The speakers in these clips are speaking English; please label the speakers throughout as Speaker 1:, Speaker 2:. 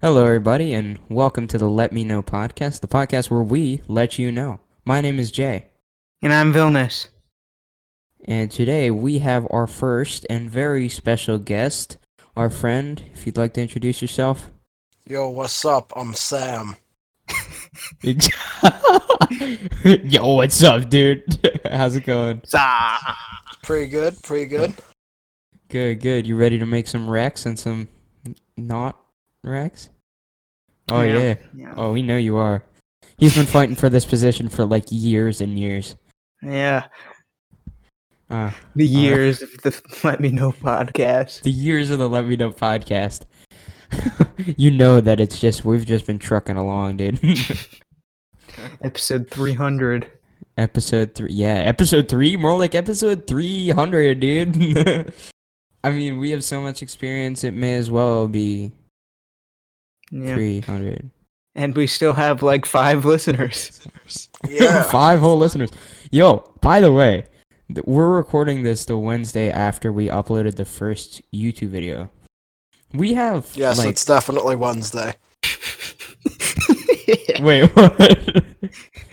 Speaker 1: Hello, everybody, and welcome to the Let Me Know podcast, the podcast where we let you know. My name is Jay,
Speaker 2: And I'm Vilnius.
Speaker 1: and today we have our first and very special guest, our friend. If you'd like to introduce yourself,
Speaker 3: Yo, what's up? I'm Sam.
Speaker 1: yo, what's up, dude? How's it going?
Speaker 3: Pretty good, pretty good.
Speaker 1: Good, good. You ready to make some wrecks and some n- not wrecks? Oh,
Speaker 2: Yeah.
Speaker 1: yeah.
Speaker 2: Yeah.
Speaker 1: Oh, we know you are. He's been fighting for this position for like years and years.
Speaker 2: yeah.
Speaker 1: Uh,
Speaker 2: The
Speaker 1: All right.
Speaker 2: years of the Let Me Know podcast.
Speaker 1: the years of the Let Me Know podcast. you know that it's just we've just been trucking along, dude.
Speaker 2: Episode 300.
Speaker 1: episode three, yeah, episode three, more like episode three hundred, dude. I mean, we have so much experience; it may as well be
Speaker 2: Yeah.
Speaker 1: three hundred.
Speaker 2: And we still have like five listeners.
Speaker 3: Yeah.
Speaker 1: Five whole listeners. Yo, by the way, th- we're recording this the Wednesday after we uploaded the first YouTube video. We have
Speaker 3: yes,
Speaker 1: like,
Speaker 3: it's definitely Wednesday.
Speaker 1: wait, what? wait, did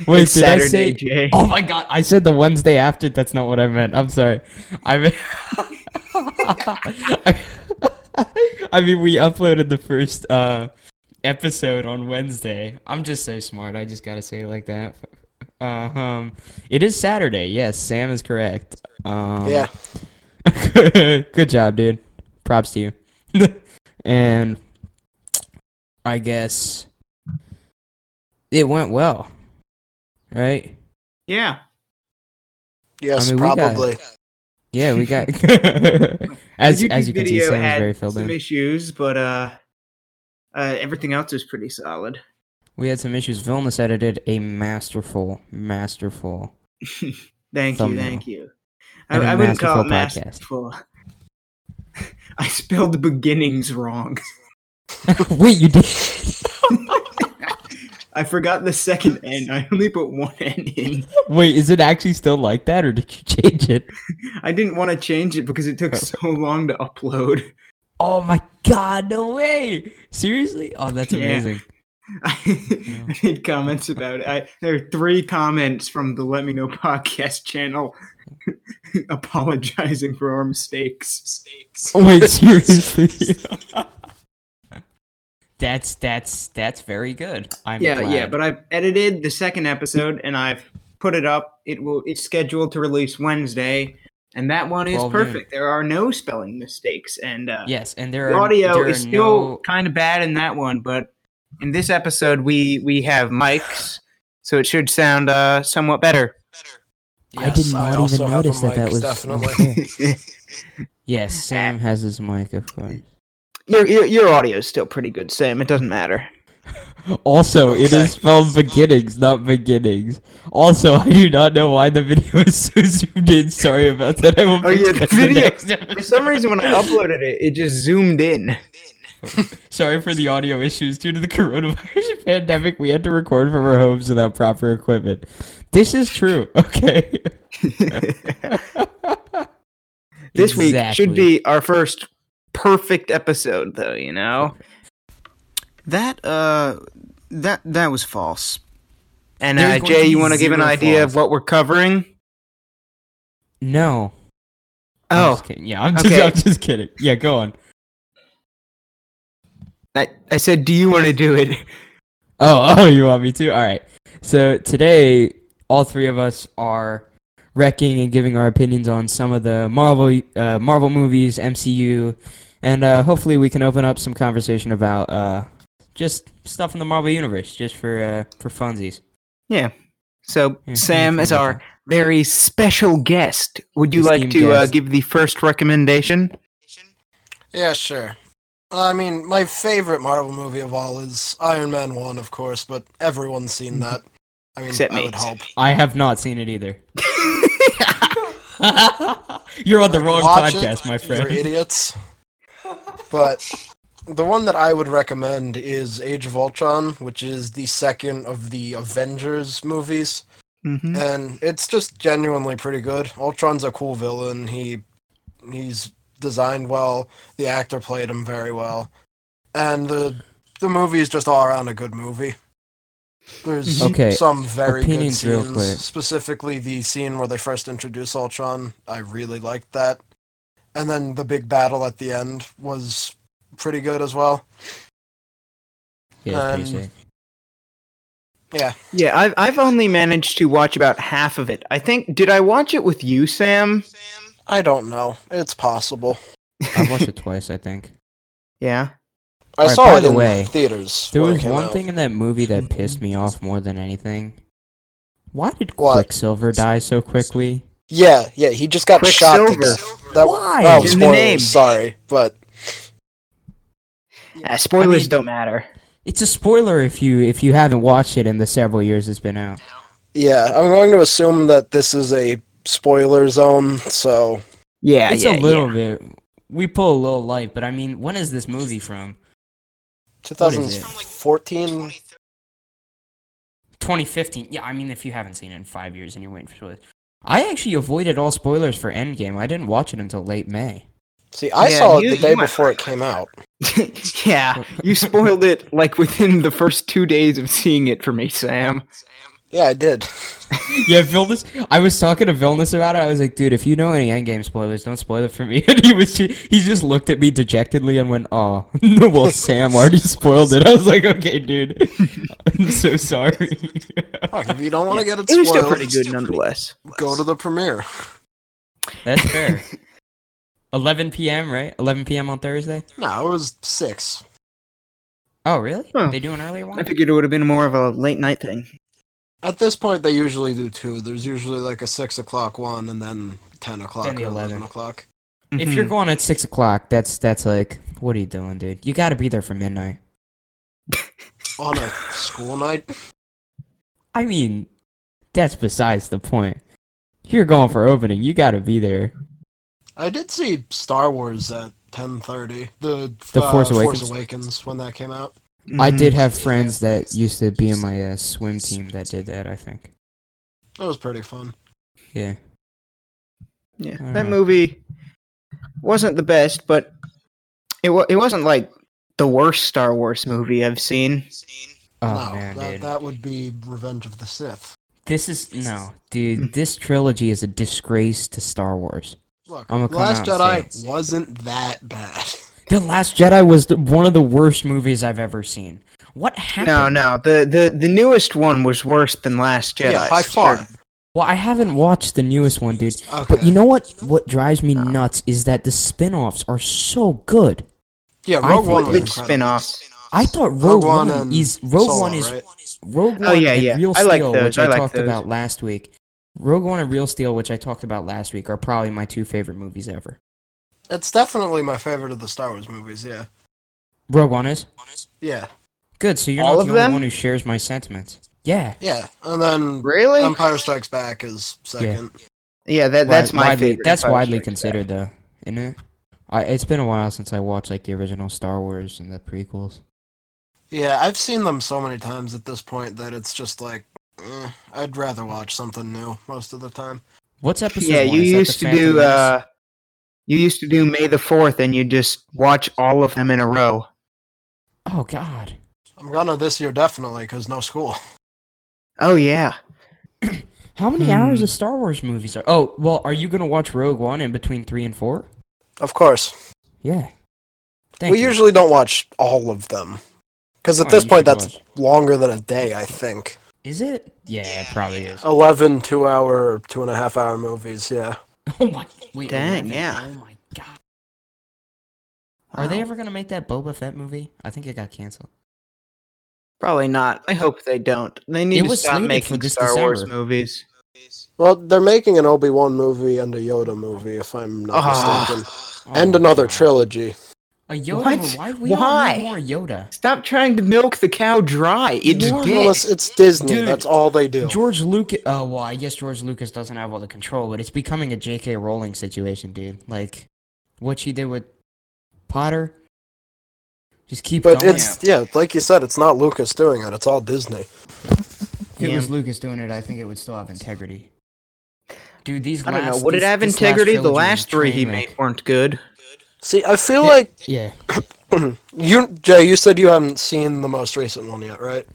Speaker 2: it's Saturday,
Speaker 1: I say
Speaker 2: Jay.
Speaker 1: Oh my god, I said the Wednesday after. That's not what I meant. I'm sorry. I mean, I mean, we uploaded the first uh, episode on Wednesday. I'm just so smart. I just gotta say it like that. Uh, um, it is Saturday. Yes, Sam is correct. Um,
Speaker 3: yeah.
Speaker 1: good job, dude. Props to you. and I guess it went well, right?
Speaker 2: Yeah.
Speaker 3: Yes,
Speaker 1: mean, we got-
Speaker 3: probably.
Speaker 1: Yeah, we got as
Speaker 2: The YouTube
Speaker 1: as you can see,
Speaker 2: video
Speaker 1: Sam is
Speaker 2: had
Speaker 1: very filled
Speaker 2: some
Speaker 1: in.
Speaker 2: issues, but uh, uh, everything else was pretty solid.
Speaker 1: We had some issues. Vilnius edited a masterful, masterful.
Speaker 2: Thank you,
Speaker 1: Thumbnail.
Speaker 2: thank you. I,
Speaker 1: And a
Speaker 2: I wouldn't call it
Speaker 1: masterful podcast.
Speaker 2: masterful. I spelled the beginnings wrong.
Speaker 1: Wait, you did?
Speaker 2: I forgot the second N. I only put one N in.
Speaker 1: Wait, is it actually still like that, or did you change it?
Speaker 2: I didn't want to change it because it took so long to upload.
Speaker 1: Oh my god, no way! Seriously? Oh, that's
Speaker 2: Yeah.
Speaker 1: amazing.
Speaker 2: I I made comments about it. I, there are three comments from the Let Me Know podcast channel apologizing for our mistakes. Mistakes.
Speaker 1: Wait, seriously? that's that's that's very good. I'm
Speaker 2: yeah, yeah,
Speaker 1: glad.
Speaker 2: but I've edited the second episode and I've put it up. It will it's scheduled to release Wednesday, and that one is
Speaker 1: 12 noon.
Speaker 2: perfect. There are no spelling mistakes, and uh,
Speaker 1: yes, and
Speaker 2: the
Speaker 1: there are
Speaker 2: audio
Speaker 1: there
Speaker 2: is
Speaker 1: are
Speaker 2: still
Speaker 1: no-
Speaker 2: kind of bad in that one. But in this episode, we we have mics, so it should sound uh, somewhat better.
Speaker 1: I did
Speaker 3: Yes,
Speaker 1: not
Speaker 3: also
Speaker 1: even
Speaker 3: have a
Speaker 1: notice that
Speaker 3: mic,
Speaker 1: that was
Speaker 3: definitely.
Speaker 1: Yes, Sam has his mic, of course.
Speaker 2: your, your your audio is still pretty good, Sam. It doesn't matter.
Speaker 1: Also, it
Speaker 3: Okay.
Speaker 1: is spelled beginnings, not beginnings. Also, I do not know why the video is so zoomed in. Sorry about that. I will
Speaker 2: Oh,
Speaker 1: fix
Speaker 2: yeah,
Speaker 1: that
Speaker 2: the
Speaker 1: in
Speaker 2: video-
Speaker 1: next episode.
Speaker 2: For some reason, when I uploaded it, it just zoomed in.
Speaker 1: Sorry for the audio issues due to the coronavirus pandemic. We had to record from our homes without proper equipment. This is true. Okay.
Speaker 2: this week should
Speaker 1: Exactly.
Speaker 2: be our first perfect episode though you know that uh that that was false and
Speaker 1: There's
Speaker 2: uh,
Speaker 1: going to
Speaker 2: jay
Speaker 1: be
Speaker 2: you want to give an
Speaker 1: zero
Speaker 2: idea
Speaker 1: false.
Speaker 2: of what we're covering
Speaker 1: No. I'm
Speaker 2: oh
Speaker 1: just kidding. Yeah, I'm just,
Speaker 2: okay.
Speaker 1: I'm just kidding. Yeah, go on.
Speaker 2: I, I said do you want to do it
Speaker 1: Oh, oh, you want me to? All right. So today, all three of us are wrecking and giving our opinions on some of the Marvel, uh, Marvel movies, MCU, and uh, hopefully we can open up some conversation about uh, just stuff in the Marvel universe, just for uh, for funsies.
Speaker 2: yeah so
Speaker 1: Yeah,
Speaker 2: sam
Speaker 1: anything
Speaker 2: is
Speaker 1: like
Speaker 2: our very special guest would you like
Speaker 1: Esteemed
Speaker 2: to uh,
Speaker 1: guest.
Speaker 2: give the first recommendation
Speaker 3: yeah, sure. I mean, my favorite Marvel movie of all is Iron Man 1, of course, but everyone's seen
Speaker 1: Mm-hmm.
Speaker 3: that. I mean,
Speaker 2: Except
Speaker 3: I
Speaker 2: me.
Speaker 3: would hope.
Speaker 1: I have not seen it either. You're on the wrong
Speaker 3: Watch it,
Speaker 1: podcast, my
Speaker 3: You're
Speaker 1: friend.
Speaker 3: idiots. But the one that I would recommend is Age of Ultron, which is the second of the Avengers movies.
Speaker 2: Mhm.
Speaker 3: and it's just genuinely pretty good. Ultron's a cool villain. He he's designed well. The actor played him very well, and the the movie is just all around a good movie. There's
Speaker 1: Okay,
Speaker 3: some very good
Speaker 1: opinions real
Speaker 3: scenes.
Speaker 1: quick.
Speaker 3: Specifically, the scene where they first introduce Ultron, I really liked that. And then the big battle at the end was pretty good as well.
Speaker 1: Yeah, it's pretty
Speaker 3: Um,
Speaker 1: sick.
Speaker 2: Yeah, I've I've only managed to watch about half of it. I think did I watch it with you, Sam?
Speaker 3: I don't know. It's possible.
Speaker 1: I've watched it twice, I think.
Speaker 2: yeah.
Speaker 3: I
Speaker 1: Alright,
Speaker 3: saw
Speaker 1: by
Speaker 3: it
Speaker 1: the
Speaker 3: in
Speaker 1: way,
Speaker 3: theaters.
Speaker 1: There
Speaker 3: when it
Speaker 1: was
Speaker 3: came
Speaker 1: one
Speaker 3: out.
Speaker 1: thing in that movie that pissed me off more than anything. Why did
Speaker 3: What?
Speaker 1: Quicksilver die so quickly?
Speaker 3: Yeah, yeah, he just got shot. To
Speaker 2: Quicksilver.
Speaker 3: death. That,
Speaker 1: Why?
Speaker 3: Oh,
Speaker 2: It's in the name.
Speaker 3: spoilers. Sorry, but
Speaker 2: Ah, spoilers
Speaker 1: I mean-
Speaker 2: don't matter.
Speaker 1: It's a spoiler if you if you haven't watched it in the several years it's been out.
Speaker 3: yeah, I'm going to assume that this is a spoiler zone. So
Speaker 2: Yeah,
Speaker 1: it's
Speaker 2: yeah,
Speaker 1: a little bit. We pull a little light, but I mean, when is this movie from?
Speaker 3: 2014.
Speaker 1: 2015. Yeah, I mean, if you haven't seen it in five years and you're waiting for spoilers, I actually avoided all spoilers for Endgame. I didn't watch it until late May.
Speaker 3: See, I
Speaker 2: Yeah,
Speaker 3: saw it
Speaker 2: you-
Speaker 3: the
Speaker 2: you
Speaker 3: day
Speaker 2: might-
Speaker 3: before it came out.
Speaker 2: yeah. yeah, you spoiled it like within the first two days of seeing it for me, Sam.
Speaker 3: Yeah, I did.
Speaker 1: Yeah, Vilnius. I was talking to Vilnius about it. I was like, dude, if you know any Endgame spoilers, don't spoil it for me. And he was, ju- he just looked at me dejectedly and went, oh, well, Sam already spoiled it. I was like, okay, dude, I'm so sorry.
Speaker 3: Fuck, if you don't want to get it
Speaker 2: It
Speaker 3: spoiled,
Speaker 2: was still pretty good nonetheless.
Speaker 3: go to the premiere.
Speaker 1: That's fair. 11 p.m. right? 11 p.m. on Thursday.
Speaker 3: No, it was six.
Speaker 1: Oh, really?
Speaker 2: Huh.
Speaker 1: They do an earlier one.
Speaker 2: I figured it would have been more of a late night thing.
Speaker 3: At this point, they usually do two. There's usually like a six o'clock one, and then ten o'clock
Speaker 1: Then the
Speaker 3: or
Speaker 1: 11.
Speaker 3: eleven o'clock.
Speaker 1: If
Speaker 3: Mm-hmm.
Speaker 1: you're going at six o'clock, that's that's like, what are you doing, dude? You got to be there for midnight.
Speaker 3: On a school night,
Speaker 1: I mean, that's besides the point. If you're going for opening, you got to be there.
Speaker 3: I did see Star Wars at ten thirty. The
Speaker 1: The
Speaker 3: uh,
Speaker 1: Force
Speaker 3: Force
Speaker 1: Awakens?
Speaker 3: Awakens when that came out.
Speaker 1: I
Speaker 3: Mm-hmm.
Speaker 1: did have friends that used to be in my uh, swim team that did that. I think.
Speaker 3: That was pretty fun.
Speaker 1: Yeah.
Speaker 2: Yeah,
Speaker 1: I
Speaker 2: that
Speaker 1: dunno.
Speaker 2: movie wasn't the best, but it wa- it wasn't like the worst Star Wars movie I've seen.
Speaker 1: Oh
Speaker 3: no,
Speaker 1: man,
Speaker 3: that,
Speaker 1: dude.
Speaker 3: that would be Revenge of the Sith.
Speaker 1: This is no,
Speaker 3: Mm.
Speaker 1: dude. This trilogy is a disgrace to Star Wars.
Speaker 3: Look,
Speaker 1: I'm gonna come
Speaker 3: Last
Speaker 1: out and
Speaker 3: Jedi wasn't that bad.
Speaker 1: The Last Jedi was the, one of the worst movies I've ever seen. What happened?
Speaker 2: No, no, the the the newest one was worse than Last Jedi.
Speaker 3: yeah, by
Speaker 2: for
Speaker 3: far.
Speaker 2: sure.
Speaker 1: Well, I haven't watched the newest one, dude.
Speaker 3: Okay.
Speaker 1: But you know what? What drives me nuts is that the spin-offs are so good.
Speaker 3: yeah,
Speaker 1: I
Speaker 3: Rogue
Speaker 1: thought-
Speaker 3: One was
Speaker 2: Which
Speaker 3: incredible.
Speaker 2: spin-offs?
Speaker 1: I thought Rogue,
Speaker 3: Rogue
Speaker 1: One,
Speaker 3: One and
Speaker 1: is Rogue
Speaker 3: Solo,
Speaker 1: One is
Speaker 3: right?
Speaker 1: Rogue One
Speaker 2: Oh, yeah,
Speaker 1: and
Speaker 2: yeah.
Speaker 1: Real
Speaker 2: I like
Speaker 1: Steel,
Speaker 2: those.
Speaker 1: which
Speaker 2: I
Speaker 1: I,
Speaker 2: like
Speaker 1: talked
Speaker 2: those.
Speaker 1: about last week. Rogue One and Real Steel, which I talked about last week, are probably my two favorite movies ever.
Speaker 3: It's definitely my favorite of the Star Wars movies. Yeah,
Speaker 1: Rogue One is
Speaker 3: yeah,
Speaker 1: good, so you're
Speaker 2: All
Speaker 1: not
Speaker 2: of
Speaker 1: the only
Speaker 2: them?
Speaker 1: one who shares my sentiments. Yeah,
Speaker 3: yeah. And then
Speaker 2: Really?
Speaker 3: Empire Strikes Back is second.
Speaker 2: yeah, that that's
Speaker 1: Wi-
Speaker 2: my
Speaker 1: widely,
Speaker 2: favorite.
Speaker 1: That's
Speaker 2: Empire
Speaker 1: widely
Speaker 2: Strikes Back.
Speaker 1: considered, though, isn't it? I, it's been a while since I watched like the original Star Wars and the prequels.
Speaker 3: Yeah, I've seen them so many times at this point that it's just like, eh, I'd rather watch something new most of the time.
Speaker 1: What's episode?
Speaker 2: Yeah,
Speaker 1: one?
Speaker 2: you
Speaker 1: Is that the
Speaker 2: used to
Speaker 1: Phantom
Speaker 2: do
Speaker 1: Menace?
Speaker 2: uh, you used to do May the Fourth, and you just watch all of them in a row.
Speaker 1: Oh God.
Speaker 3: I'm gonna this year definitely because no school.
Speaker 2: Oh yeah,
Speaker 1: How many
Speaker 2: Hmm.
Speaker 1: hours of Star Wars movies are? Oh, well, are you gonna watch Rogue One in between three and four?
Speaker 3: Of course,
Speaker 1: Yeah. Thank
Speaker 3: we
Speaker 1: you.
Speaker 3: usually don't watch all of them because at
Speaker 1: Oh,
Speaker 3: this
Speaker 1: you
Speaker 3: point
Speaker 1: should
Speaker 3: that's
Speaker 1: watch.
Speaker 3: longer than a day. I think
Speaker 1: Is it? Oh Yeah, it probably is.
Speaker 3: 11 two hour, two and a half hour movies. Yeah,
Speaker 1: Oh my. Wait,
Speaker 2: Dang,
Speaker 1: 11.
Speaker 2: yeah.
Speaker 1: Oh my god. Are they
Speaker 2: Wow.
Speaker 1: ever gonna make that Boba Fett movie? I think it got canceled.
Speaker 2: Probably not. I hope they don't. They need
Speaker 1: It
Speaker 2: to
Speaker 1: was
Speaker 2: stop
Speaker 1: slated for
Speaker 2: making
Speaker 1: this
Speaker 2: Star Wars
Speaker 1: December.
Speaker 2: movies.
Speaker 3: well, they're making an Obi Wan movie and a Yoda movie, if I'm not
Speaker 2: Ah.
Speaker 3: mistaken,
Speaker 1: Oh
Speaker 3: and
Speaker 1: my
Speaker 3: another
Speaker 1: God.
Speaker 3: trilogy.
Speaker 1: A Yoda?
Speaker 2: What?
Speaker 1: movie? Why? We
Speaker 2: Why?
Speaker 1: Don't need more Yoda.
Speaker 2: Stop trying to milk the cow dry. It's
Speaker 1: Warm
Speaker 2: dead.
Speaker 3: Unless it's Disney,
Speaker 1: Dude.
Speaker 3: that's all they do.
Speaker 1: George Lucas. Oh well, I guess George Lucas doesn't have all the control, but it's becoming a J.K. Rowling situation, dude. Like what she did with Potter. Just keep
Speaker 3: But
Speaker 1: going.
Speaker 3: it's yeah, like you said, it's not Lucas doing it. It's all Disney.
Speaker 1: If it
Speaker 2: Yeah.
Speaker 1: was Lucas doing it, I think it would still have integrity. Dude, these
Speaker 2: I don't know.
Speaker 1: last-
Speaker 2: Would it
Speaker 1: these-
Speaker 2: have
Speaker 1: this last
Speaker 2: integrity? The
Speaker 1: trilogy was
Speaker 2: last
Speaker 1: a
Speaker 2: three he
Speaker 1: train wreck.
Speaker 2: made weren't good.
Speaker 3: See, I feel like
Speaker 1: Yeah.
Speaker 3: you, Jay. You said you haven't seen the most recent one yet, right?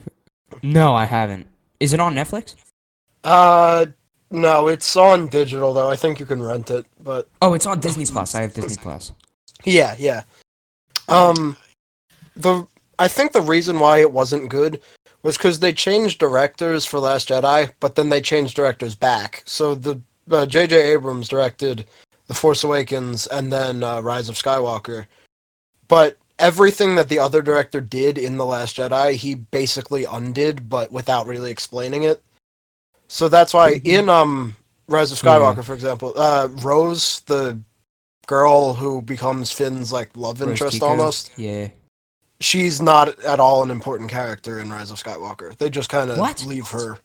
Speaker 1: No, I haven't. Is it on Netflix?
Speaker 3: Uh, no, it's on digital though. I think you can rent it, but
Speaker 1: Oh, it's on Disney Plus. I have Disney Plus.
Speaker 3: yeah, yeah. Um, the I think the reason why it wasn't good was because they changed directors for Last Jedi, but then they changed directors back. So the uh, J.J. Abrams directed The Force Awakens and then uh, Rise of Skywalker, but everything that the other director did in The Last Jedi, he basically undid, but without really explaining it. So that's why in um Rise of
Speaker 1: Yeah.
Speaker 3: Skywalker, for example, uh, Rose, the girl who becomes Finn's like love
Speaker 1: Where's
Speaker 3: interest
Speaker 1: Kiko?
Speaker 3: almost
Speaker 1: Yeah.
Speaker 3: she's not at all an important character in Rise of Skywalker. They just kind
Speaker 1: What?
Speaker 3: of leave her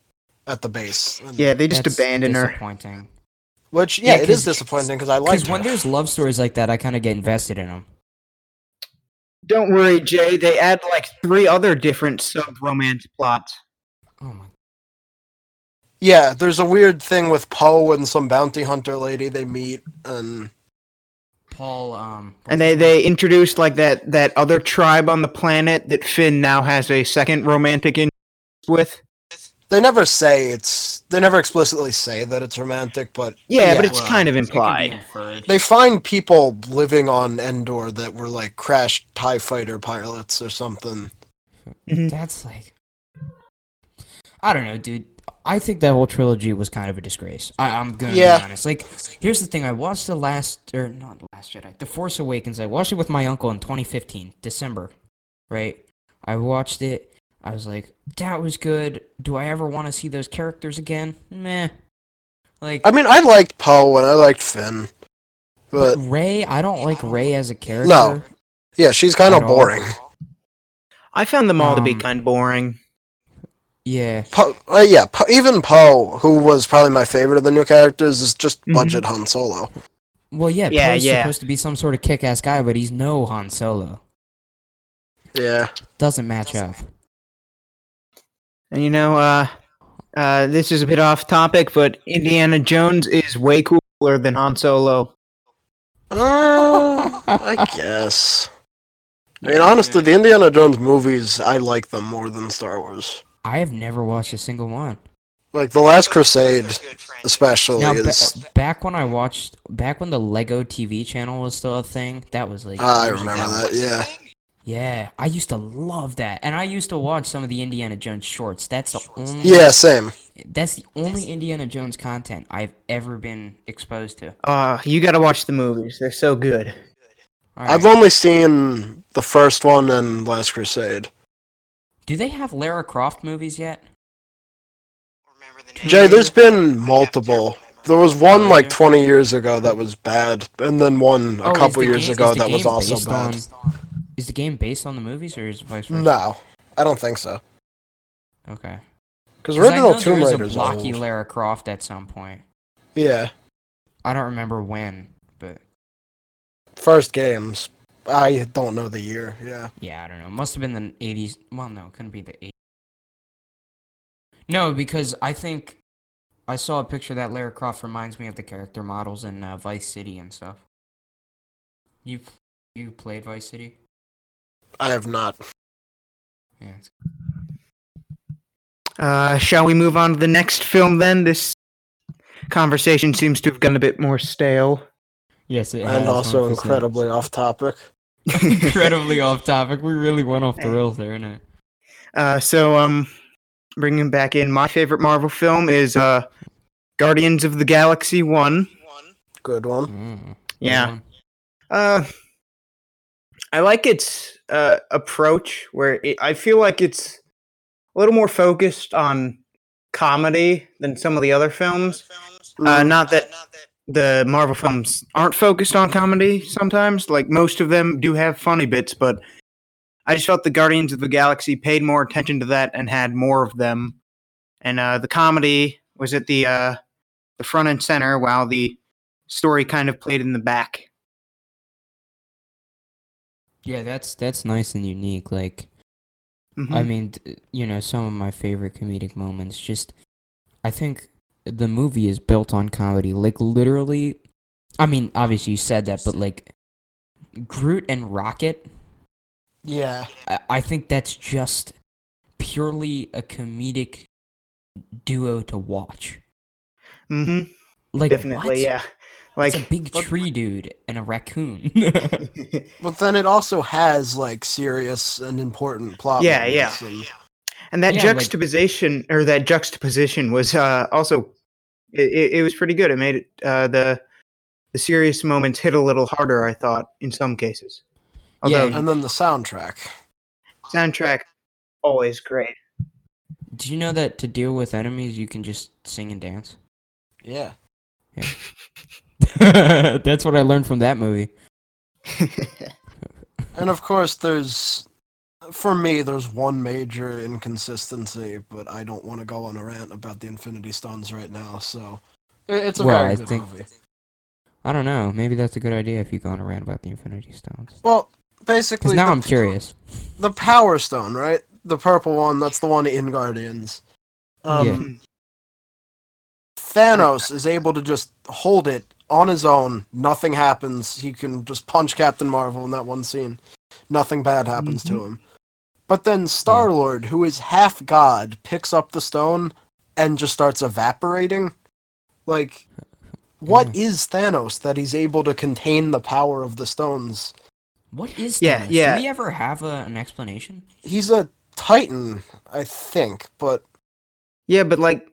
Speaker 3: at the base. And-
Speaker 2: Yeah, they just
Speaker 1: That's
Speaker 2: abandon her.
Speaker 1: Disappointing.
Speaker 3: Which yeah,
Speaker 1: Yeah,
Speaker 3: it is
Speaker 1: 'cause-
Speaker 3: disappointing because I like
Speaker 1: Because when there's love stories like that, I kind of get invested in them.
Speaker 2: Don't worry, Jay. They add like three other different sub romance plots.
Speaker 1: Oh my.
Speaker 3: yeah. There's a weird thing with Poe and some bounty hunter lady they meet, and
Speaker 1: Paul. Um.
Speaker 2: And they they introduced like that that other tribe on the planet that Finn now has a second romantic interest with.
Speaker 3: they never say it's they never explicitly say that it's romantic, but
Speaker 2: Yeah,
Speaker 3: Yeah,
Speaker 2: but it's kind of implied.
Speaker 3: they find people living on Endor that were like crashed Tie E fighter pilots or something.
Speaker 1: That's like. I don't know, dude. I think that whole trilogy was kind of a disgrace. I, I'm gonna
Speaker 3: Yeah.
Speaker 1: be honest. Like, here's the thing: I watched the last, or not the last Jedi, The Force Awakens. I watched it with my uncle in 2015, December, right? I watched it. I was like, that was good. Do I ever want to see those characters again? Meh. Like,
Speaker 3: I mean, I liked Poe and I liked Finn, but
Speaker 1: Ray, I don't like Ray as a character.
Speaker 3: yeah, she's kind
Speaker 1: At
Speaker 3: of
Speaker 1: all.
Speaker 3: boring.
Speaker 2: I found them all to be
Speaker 1: Um,
Speaker 2: kind of boring.
Speaker 1: Yeah.
Speaker 3: Po, uh, yeah, po, even Poe, who was probably my favorite of the new characters, is just
Speaker 2: Mhm.
Speaker 3: budget Han Solo.
Speaker 1: Well, yeah.
Speaker 2: Yeah,
Speaker 1: Poe's
Speaker 2: yeah.
Speaker 1: supposed to be some sort of kick-ass guy, but he's no Han Solo.
Speaker 3: Yeah,
Speaker 1: Doesn't match up.
Speaker 2: And you know, uh, uh, this is a bit off topic, but Indiana Jones is way cooler than Han Solo.
Speaker 3: uh, I guess. I mean, honestly, the Indiana Jones movies, I like them more than Star Wars.
Speaker 1: I have never watched a single one.
Speaker 3: Like the Last Crusade, especially
Speaker 1: Now, ba-
Speaker 3: is.
Speaker 1: back when I watched, back when the Lego TV channel was still a thing, that was like.
Speaker 3: Ah, I
Speaker 1: years
Speaker 3: remember
Speaker 1: ago.
Speaker 3: that. Yeah,
Speaker 1: Yeah, I used to love that, and I used to watch some of the Indiana Jones shorts. That's the only.
Speaker 3: yeah, same.
Speaker 1: That's the only Indiana Jones content I've ever been exposed to.
Speaker 2: Uh, you got to watch the movies; they're so good.
Speaker 3: I've
Speaker 1: Alright.
Speaker 3: only seen the first one and Last Crusade.
Speaker 1: Do they have Lara Croft movies yet?
Speaker 3: Jay,
Speaker 2: Mm-hmm.
Speaker 3: there's been multiple. There was one like
Speaker 1: Yeah.
Speaker 3: 20 years ago that was bad, and then one a
Speaker 1: Oh, is
Speaker 3: couple
Speaker 1: the
Speaker 3: years
Speaker 1: game-
Speaker 3: ago
Speaker 1: is the
Speaker 3: that was
Speaker 1: game
Speaker 3: also
Speaker 1: based
Speaker 3: bad.
Speaker 1: on- is the game based on the movies or is it vice versa?
Speaker 3: No, I don't think so.
Speaker 1: Okay.
Speaker 3: Because
Speaker 1: 'Cause I know
Speaker 3: original
Speaker 1: there
Speaker 3: Tomb
Speaker 1: was a
Speaker 3: Raider's
Speaker 1: blocky
Speaker 3: old.
Speaker 1: Lara Croft at some point.
Speaker 3: Yeah,
Speaker 1: I don't remember when, but
Speaker 3: first games. I don't know the year. Yeah,
Speaker 1: yeah, I don't know. Must have been the 80s. Well, no, it couldn't be the 80s. No, because I think I saw a picture that Lara Croft reminds me of the character models in uh, Vice City and stuff. You you played Vice City?
Speaker 3: I have not.
Speaker 1: Yeah. it's-
Speaker 2: Uh, shall we move on to the next film then? This conversation seems to have gotten a bit more stale.
Speaker 1: Yes, it
Speaker 3: and also incredibly off topic.
Speaker 1: incredibly off topic. We really went off the rails there, innit?
Speaker 2: Uh, so, um, bringing back in my favorite Marvel film is uh, Guardians of the Galaxy One.
Speaker 3: Good one.
Speaker 1: Mm.
Speaker 2: Yeah. Uh, I like its uh, approach where it, I feel like it's a little more focused on comedy than some of the other films.
Speaker 3: Mm.
Speaker 2: Uh, not that the Marvel films aren't focused on comedy sometimes, like most of them do have funny bits, but I just felt the Guardians of the Galaxy paid more attention to that and had more of them. And uh, the comedy was at the uh, the front and center, while the story kind of played in the back.
Speaker 1: Yeah, that's that's nice and unique. Like,
Speaker 2: Mhm.
Speaker 1: I mean, d- you know, some of my favorite comedic moments. Just, I think the movie is built on comedy. Like, literally, I mean, obviously you said that, but like, Groot and Rocket.
Speaker 3: Yeah.
Speaker 1: I, I think that's just purely a comedic duo to watch.
Speaker 2: hmm
Speaker 1: Like
Speaker 2: Definitely,
Speaker 1: what?
Speaker 2: yeah.
Speaker 1: It's
Speaker 2: Like,
Speaker 1: a big
Speaker 3: what-
Speaker 1: tree dude and a raccoon.
Speaker 3: But then it also has like serious and important plot.
Speaker 2: Yeah, yeah.
Speaker 3: moments and-
Speaker 2: and that
Speaker 1: Yeah, like-
Speaker 2: juxtaposition or that juxtaposition was uh, also it, it, it was pretty good. It made it uh, the the serious moments hit a little harder. I thought in some cases. Although
Speaker 1: Yeah. um
Speaker 3: And then the soundtrack.
Speaker 2: soundtrack always great.
Speaker 1: Do you know that to deal with enemies, you can just sing and dance?
Speaker 3: Yeah.
Speaker 1: That's what I learned from that movie.
Speaker 3: And of course, there's for me, there's one major inconsistency, but I don't want to go on a rant about the Infinity Stones right now. So i- it's a
Speaker 1: Well,
Speaker 3: very
Speaker 1: I
Speaker 3: good
Speaker 1: think-
Speaker 3: movie.
Speaker 1: I don't know. Maybe that's a good idea if you go on a rant about the Infinity Stones.
Speaker 3: Well,
Speaker 1: Because
Speaker 3: basically,
Speaker 1: now
Speaker 3: the-
Speaker 1: I'm curious.
Speaker 3: The Power Stone, right? The purple one. That's the one in Guardians. Um,
Speaker 1: Yeah.
Speaker 3: Thanos is able to just hold it on his own. Nothing happens. He can just punch Captain Marvel in that one scene. Nothing bad happens to him. But then Star Lord, who is half god, picks up the stone and just starts evaporating. Like, what is Thanos that he's able to contain the power of the stones?
Speaker 1: What is
Speaker 2: Yeah,
Speaker 1: Thanos?
Speaker 2: yeah.
Speaker 1: Do we ever have a, an explanation?
Speaker 3: He's a Titan, I think, but
Speaker 2: Yeah, but like,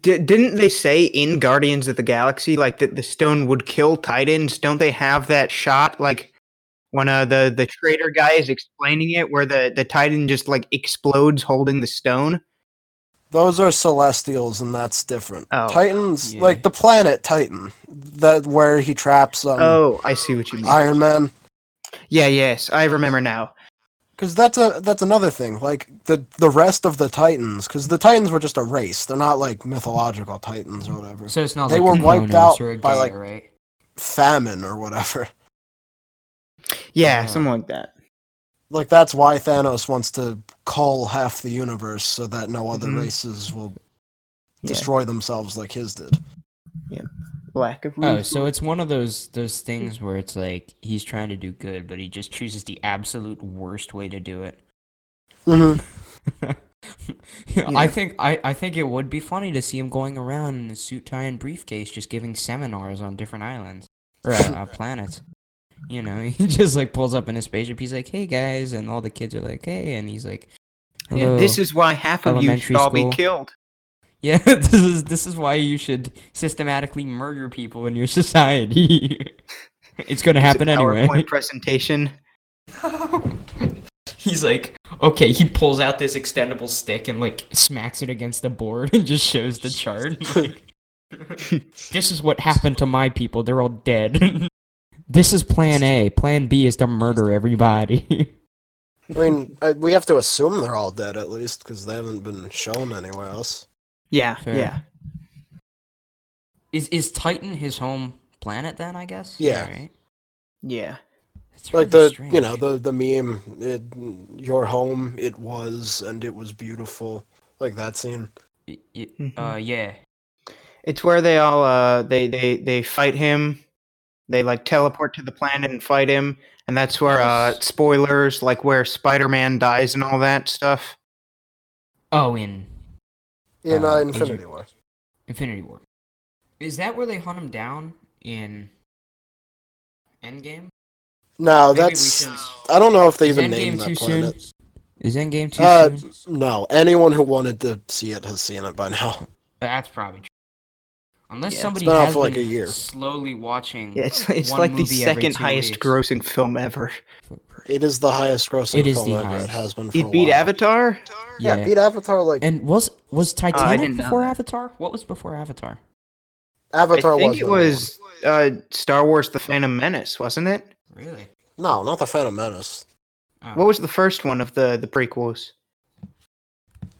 Speaker 2: di- didn't they say in Guardians of the Galaxy like that the stone would kill Titans? Don't they have that shot like when uh, the the traitor guy is explaining it, where the the Titan just like explodes holding the stone?
Speaker 3: Those are celestials, and that's different.
Speaker 2: Oh.
Speaker 3: Titans,
Speaker 1: Yeah.
Speaker 3: like the planet Titan, that where he traps um,
Speaker 2: oh, I see what you mean.
Speaker 3: Iron Man,
Speaker 2: yeah, yes, I remember now.
Speaker 3: because that's a that's another thing. Like the the rest of the Titans, because the Titans were just a race. They're not like mythological Titans or whatever.
Speaker 1: So it's not
Speaker 3: They
Speaker 1: like
Speaker 3: were wiped
Speaker 1: Kronos
Speaker 3: out
Speaker 1: or a
Speaker 3: by,
Speaker 1: Gaia,
Speaker 3: like-
Speaker 1: right?
Speaker 3: Famine or whatever.
Speaker 2: Yeah,
Speaker 1: Uh,
Speaker 2: something like that.
Speaker 3: Like that's why Thanos wants to cull half the universe so that no other
Speaker 2: Mhm.
Speaker 3: races will
Speaker 2: Yeah.
Speaker 3: destroy themselves like his did.
Speaker 2: Lack of
Speaker 1: Oh, so it's one of those those things where it's like he's trying to do good, but he just chooses the absolute worst way to do it.
Speaker 3: Mm-hmm.
Speaker 1: I think I, I think it would be funny to see him going around in a suit, tie, and briefcase, just giving seminars on different islands or uh, uh, planets. You know, he just like pulls up in a spaceship. He's like, "Hey guys," and all the kids are like, "Hey," and he's like,
Speaker 2: Yeah,
Speaker 1: "Hello."
Speaker 2: this is why half of you
Speaker 1: elementary
Speaker 2: should all
Speaker 1: school.
Speaker 2: be killed.
Speaker 1: yeah. This is this is why you should systematically murder people in your society. it's gonna
Speaker 2: It's a
Speaker 1: happen anyway.
Speaker 2: PowerPoint presentation.
Speaker 1: He's like, okay, he pulls out this extendable stick and like smacks it against the board and just shows the chart. Like, this is what happened to my people. They're all dead. this is plan A. Plan B is to murder everybody.
Speaker 3: I mean, I, we have to assume they're all dead at least because they haven't been shown anywhere else.
Speaker 2: Yeah,
Speaker 1: Fair.
Speaker 2: yeah.
Speaker 1: is is Titan his home planet then, I guess?
Speaker 3: Yeah.
Speaker 1: right?
Speaker 2: Yeah.
Speaker 1: It's
Speaker 3: like
Speaker 1: really
Speaker 3: the you know
Speaker 1: strange.
Speaker 3: the the meme it, your home it was and it was beautiful like that scene
Speaker 1: Y- y-
Speaker 2: Mhm.
Speaker 1: uh, yeah.
Speaker 2: It's where they all uh they they they fight him. They like teleport to the planet and fight him, and that's where uh
Speaker 1: Yes.
Speaker 2: spoilers like where Spider-Man dies and all that stuff.
Speaker 1: Oh, in
Speaker 3: in uh,
Speaker 1: Uh,
Speaker 3: Infinity
Speaker 1: Agent-
Speaker 3: War.
Speaker 1: Infinity War. Is that where they hunt him down in Endgame?
Speaker 3: No,
Speaker 1: Maybe we
Speaker 3: that's
Speaker 1: should-
Speaker 3: I don't know if they
Speaker 1: Is
Speaker 3: even
Speaker 1: Endgame
Speaker 3: named that
Speaker 1: too
Speaker 3: planet.
Speaker 1: Is Endgame too
Speaker 3: Uh,
Speaker 1: soon?
Speaker 3: No, anyone who wanted to see it has seen it by now.
Speaker 1: That's probably true. Unless
Speaker 2: Yeah, it's
Speaker 1: somebody
Speaker 3: been out
Speaker 1: has
Speaker 3: for, like,
Speaker 1: been
Speaker 3: a year.
Speaker 1: slowly watching.
Speaker 2: Yeah, it's it's
Speaker 1: Mm. one
Speaker 2: like the
Speaker 1: movie every
Speaker 2: second
Speaker 1: two
Speaker 2: highest
Speaker 1: weeks.
Speaker 2: grossing film ever.
Speaker 3: It is the highest grossing
Speaker 1: It is
Speaker 3: film
Speaker 1: the
Speaker 3: ever. It
Speaker 1: highest.
Speaker 3: has been for a
Speaker 2: It beat
Speaker 3: while.
Speaker 2: Avatar.
Speaker 3: Yeah, beat Avatar like
Speaker 1: And was was Titanic
Speaker 2: didn't know
Speaker 1: before
Speaker 2: that.
Speaker 1: Avatar? What was before Avatar?
Speaker 3: Avatar
Speaker 2: I think it
Speaker 3: was. number one.
Speaker 2: was uh Star Wars The Phantom Menace, wasn't it?
Speaker 1: Really?
Speaker 3: no, not the Phantom Menace.
Speaker 1: Oh.
Speaker 2: What was the first one of the the prequels?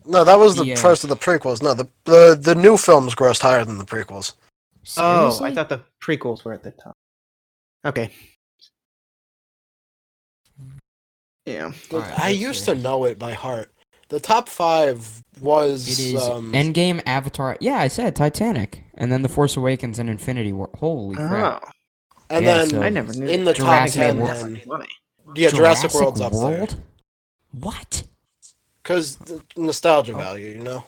Speaker 3: No, that was the
Speaker 1: Yeah.
Speaker 3: first of the prequels. No, the, the the new films grossed higher than the prequels.
Speaker 2: Oh, I
Speaker 1: Seriously?
Speaker 2: thought the prequels were at the top. Okay. Yeah.
Speaker 1: All right,
Speaker 3: I
Speaker 1: let's
Speaker 3: used
Speaker 1: see.
Speaker 3: to know it by heart. The top five was
Speaker 1: It is
Speaker 3: um,
Speaker 1: Endgame, Avatar. Yeah, I said Titanic, and then The Force Awakens and Infinity War. Holy crap!
Speaker 2: Oh.
Speaker 3: And
Speaker 1: Yeah,
Speaker 3: then
Speaker 1: so-
Speaker 2: I never knew.
Speaker 3: in the top
Speaker 1: Jurassic
Speaker 3: ten,
Speaker 1: World.
Speaker 3: then,
Speaker 2: Funny.
Speaker 3: yeah, Jurassic, World's up there
Speaker 1: World? What?
Speaker 3: because the nostalgia value, you know.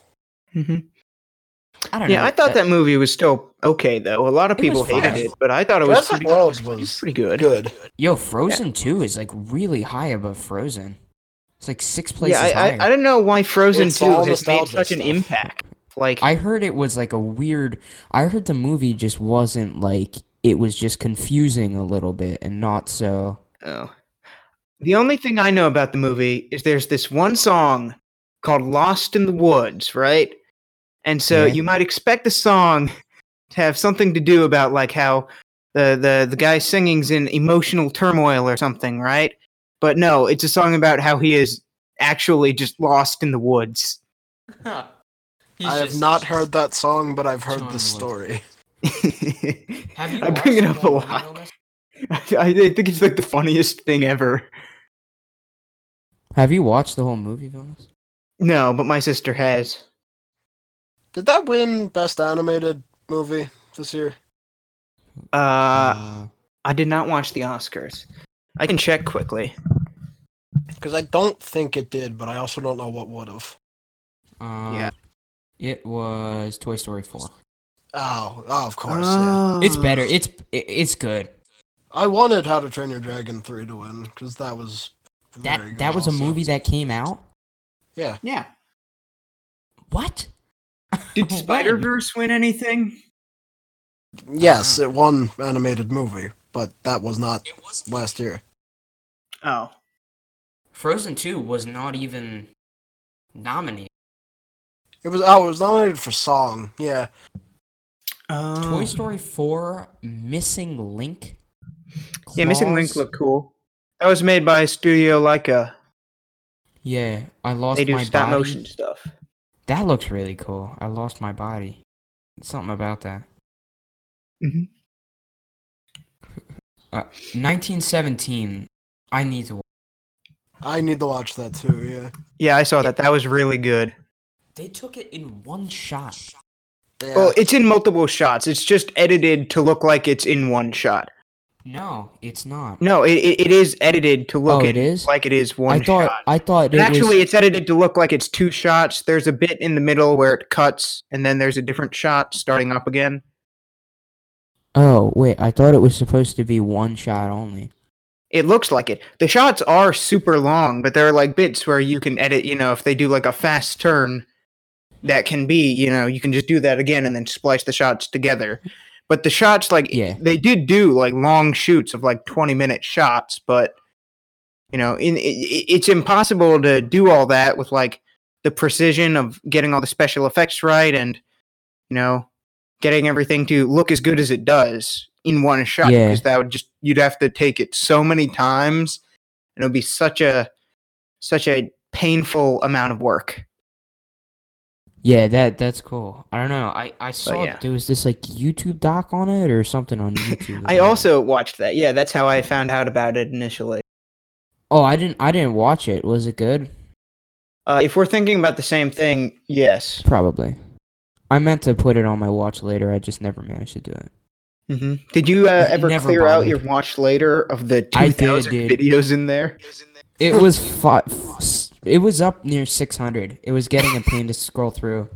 Speaker 1: I don't know.
Speaker 2: Mm-hmm.
Speaker 1: Uh,
Speaker 2: Yeah, I thought that movie was still okay though. A lot of
Speaker 1: It was
Speaker 2: people hated
Speaker 1: fine.
Speaker 2: it, but I thought it was
Speaker 3: Jurassic
Speaker 2: pretty,
Speaker 3: World
Speaker 2: it was
Speaker 3: was
Speaker 2: pretty good.
Speaker 3: good.
Speaker 1: Yo, Frozen 2 is like really high above Frozen. It's like six places
Speaker 2: Yeah, I,
Speaker 1: higher.
Speaker 2: I, I don't know why Frozen
Speaker 3: It's
Speaker 2: Two has
Speaker 3: all
Speaker 2: made
Speaker 3: nostalgia
Speaker 2: such an
Speaker 3: stuff.
Speaker 2: impact. Like,
Speaker 1: I heard it was like a weird. I heard the movie just wasn't like it was just confusing a little bit and not so.
Speaker 2: oh. the only thing I know about the movie is there's this one song called "Lost in the Woods," right? And so
Speaker 1: Yeah.
Speaker 2: you might expect the song to have something to do about like how the the the guy singing's in emotional turmoil or something, right? But no, it's a song about how he is actually just lost in the woods.
Speaker 3: I have not heard that song, but I've heard
Speaker 1: John
Speaker 3: the
Speaker 1: Wood.
Speaker 3: story.
Speaker 2: I bring it up a lot. I, I think it's like the funniest thing ever.
Speaker 1: Have you watched the whole movie, Villas?
Speaker 2: No, but my sister has.
Speaker 3: Did that win Best Animated Movie this year?
Speaker 2: Uh, I did not watch the Oscars. I can check quickly.
Speaker 3: Because I don't think it did, but I also don't know what would have.
Speaker 1: Uh,
Speaker 2: yeah.
Speaker 1: It was Toy Story 4.
Speaker 3: Oh, oh, of course. yeah.
Speaker 2: Uh,
Speaker 1: It's better. It's it, it's good.
Speaker 3: I wanted How to Train Your Dragon three to win because that was
Speaker 1: That
Speaker 3: very good
Speaker 1: that was a
Speaker 3: also.
Speaker 1: movie that came out.
Speaker 3: Yeah,
Speaker 2: Yeah.
Speaker 1: What?
Speaker 2: Did
Speaker 1: When?
Speaker 2: Spider Verse win anything?
Speaker 3: yes,
Speaker 1: Uh-huh.
Speaker 3: it won animated movie, but that was not
Speaker 1: It was
Speaker 3: last year.
Speaker 2: Oh.
Speaker 1: Frozen 2 was not even nominated.
Speaker 3: It was oh, it was nominated for song. Yeah,
Speaker 1: Toy
Speaker 2: Oh.
Speaker 1: Story 4 Missing Link.
Speaker 2: Yeah, Missing Link
Speaker 1: Claws.
Speaker 2: looked cool. That was made by Studio Leica.
Speaker 1: Yeah, I lost
Speaker 2: They do
Speaker 1: my
Speaker 2: stop
Speaker 1: body.
Speaker 2: motion stuff.
Speaker 1: That looks really cool. I lost my body. Something about that. Mm-hmm.
Speaker 2: Mhm.
Speaker 1: Uh, 1917. I need to. wa-
Speaker 3: I need to watch that too. Yeah,
Speaker 2: Yeah, I saw that. That was really good.
Speaker 1: They took it in one shot.
Speaker 3: yeah.
Speaker 2: Well, it's in multiple shots. It's just edited to look like it's in one shot.
Speaker 1: No, it's not.
Speaker 2: No, it, it, it is edited to look
Speaker 1: Oh,
Speaker 2: at
Speaker 1: it is?
Speaker 2: like it is one
Speaker 1: I thought.
Speaker 2: shot.
Speaker 1: I thought it
Speaker 2: And actually,
Speaker 1: was.
Speaker 2: it's edited to look like it's two shots. There's a bit in the middle where it cuts, and then there's a different shot starting up again.
Speaker 1: Oh wait, I thought it was supposed to be one shot only.
Speaker 2: It looks like it. The shots are super long, but there are like bits where you can edit. You know, if they do like a fast turn, that can be. You know, you can just do that again and then splice the shots together. But the shots, like
Speaker 1: Yeah.
Speaker 2: they did do like long shoots of like twenty minute shots, but you know, in i i- it's impossible to do all that with like the precision of getting all the special effects right and you know getting everything to look as good as it does in one shot
Speaker 1: Yeah.
Speaker 2: because that would just you'd have to take it so many times and it would be such a such a painful amount of work
Speaker 1: Yeah, that that's cool. I don't know. I I saw
Speaker 2: yeah.
Speaker 1: there was this like YouTube doc on it or something on YouTube. about
Speaker 2: i
Speaker 1: it.
Speaker 2: also watched that yeah that's how i found out about it initially
Speaker 1: Oh, I didn't. I didn't watch it. Was it good?
Speaker 2: uh, if we're thinking about the same thing yes
Speaker 1: Probably. I meant to put it on my watch later. I just never managed to do it.
Speaker 2: hmm did you uh,
Speaker 1: It
Speaker 2: ever
Speaker 1: never
Speaker 2: clear out
Speaker 1: bothered.
Speaker 2: your watch later of the
Speaker 1: I did,
Speaker 2: 2000
Speaker 1: dude.
Speaker 2: videos in there
Speaker 1: It was fi- It was up near 600. It was getting a pain to scroll through.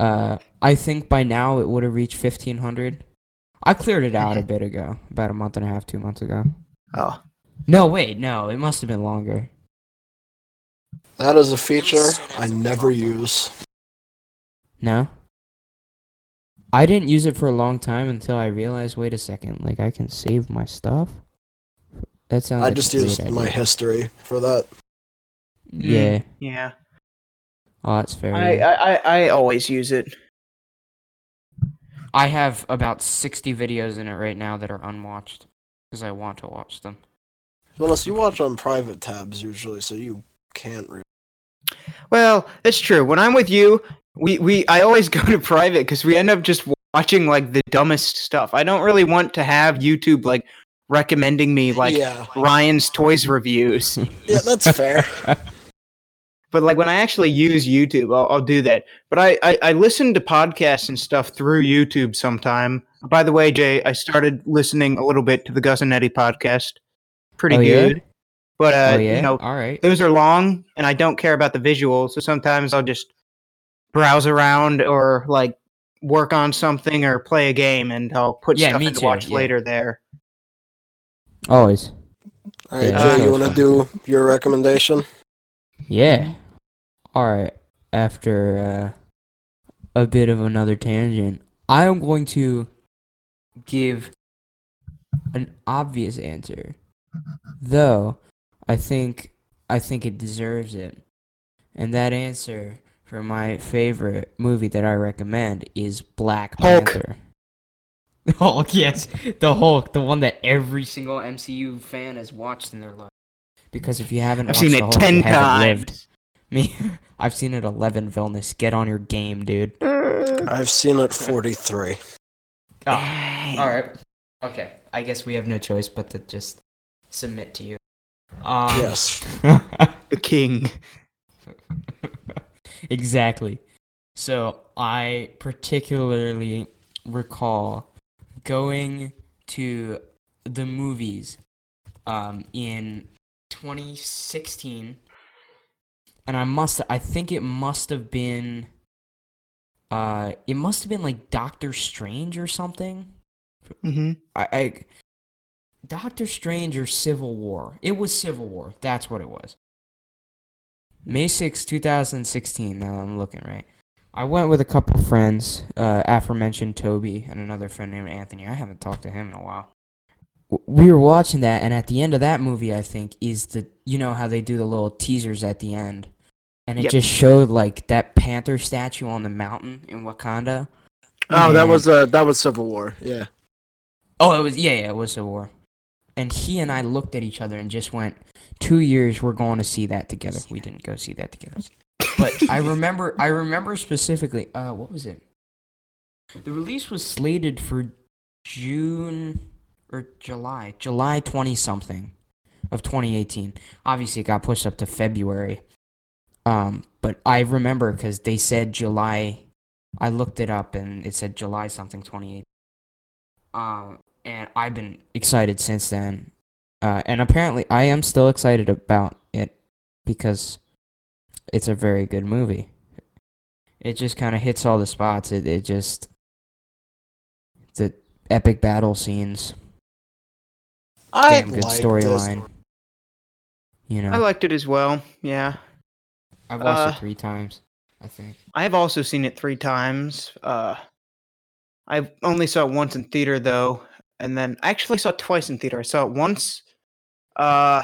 Speaker 1: Uh, I think by now it would have reached 1500. I cleared it out a bit ago, about a month and a half, two months ago.
Speaker 2: oh
Speaker 1: No, wait, no, it must have been longer.
Speaker 3: that is a feature I never use.
Speaker 1: No. I didn't use it for a long time until I realized. Wait a second, like I can save my stuff. That sounds.
Speaker 3: I
Speaker 1: like a
Speaker 3: just
Speaker 1: great
Speaker 3: used my
Speaker 1: idea.
Speaker 3: history for that.
Speaker 2: Mm.
Speaker 1: Yeah.
Speaker 2: yeah
Speaker 1: Oh, that's fair.
Speaker 2: I, uh,
Speaker 1: yeah.
Speaker 2: I i i always use it
Speaker 1: I have about 60 videos in it right now that are unwatched because I want to watch them.
Speaker 3: Unless you watch on private tabs usually, so you can't. Re-
Speaker 2: Well, that's true. When I'm with you, we, we I always go to private because we end up just watching like the dumbest stuff. I don't really want to have YouTube like recommending me like
Speaker 3: yeah,
Speaker 2: Ryan's toys reviews.
Speaker 3: yeah, that's fair.
Speaker 2: but like when I actually use YouTube, I'll, I'll do that. But I, I I listen to podcasts and stuff through YouTube sometime By the way, Jay, I started listening a little bit to the Gus and Eddie podcast. Pretty
Speaker 1: Oh, yeah?
Speaker 2: good. But uh,
Speaker 1: oh yeah.
Speaker 2: you know,
Speaker 1: All right.
Speaker 2: those are long and I don't care about the visuals, so sometimes I'll just browse around or like work on something or play a game and I'll put
Speaker 1: Yeah,
Speaker 2: stuff
Speaker 1: me
Speaker 2: in to
Speaker 1: too,
Speaker 2: watch
Speaker 1: yeah.
Speaker 2: later there.
Speaker 1: Always.
Speaker 3: All right,
Speaker 1: Yeah.
Speaker 3: Jay, you want to do your recommendation?
Speaker 1: Yeah. All right. After uh, a bit of another tangent, I am going to give an obvious answer, though I think I think it deserves it, and that answer for my favorite movie that I recommend is Black
Speaker 3: Hulk.
Speaker 1: Panther. Hulk, Oh, yes, the Hulk, the one that every single MCU fan has watched in their life. Because if you haven't,
Speaker 2: I've
Speaker 1: watched
Speaker 2: seen
Speaker 1: the
Speaker 2: it
Speaker 1: Hulk,
Speaker 2: ten
Speaker 1: you haven't lived.
Speaker 2: times.
Speaker 1: Me, I've seen it 11, Vilnius. Get on your game, dude.
Speaker 3: I've seen it 43.
Speaker 1: All right. Okay. I guess we have no choice but to just submit to you. Um,
Speaker 3: Yes.
Speaker 2: The king.
Speaker 1: exactly. So I particularly recall going to the movies um, in 2016, and I must I think it must have been uh, it must have been like Doctor Strange or something.
Speaker 2: Mm-hmm.
Speaker 1: I, I Doctor Strange or Civil War. It was Civil War. That's what it was. May 6, 2016. Now I'm looking right. I went with a couple friends, uh, aforementioned Toby and another friend named Anthony. I haven't talked to him in a while. W- We were watching that, and at the end of that movie, I think is the you know how they do the little teasers at the end, and it
Speaker 2: Yep.
Speaker 1: just showed like that panther statue on the mountain in Wakanda.
Speaker 3: Oh, that
Speaker 1: And-
Speaker 3: was uh, that was Civil War. Yeah.
Speaker 1: Oh, it was yeah, yeah, it was Civil War. And he and I looked at each other and just went, two years we're going to see that together. We didn't go see that together. But I remember I remember specifically, uh what was it? The release was slated for June or July, July 20 something of 2018. Obviously it got pushed up to February. Um but I remember cuz they said July I looked it up and it said July something 2018. Um, and I've been excited since then. Uh, and apparently, I am still excited about it because it's a very good movie. It just kind of hits all the spots. It it just the epic battle scenes,
Speaker 3: I
Speaker 1: damn good
Speaker 3: like this.
Speaker 1: storyline. You know,
Speaker 2: I liked it as well. Yeah.
Speaker 1: I've watched
Speaker 2: uh,
Speaker 1: it three times. I think.
Speaker 2: I have also seen it three times. Uh, I only saw it once in theater though, and then I actually saw it twice in theater. I saw it once, uh,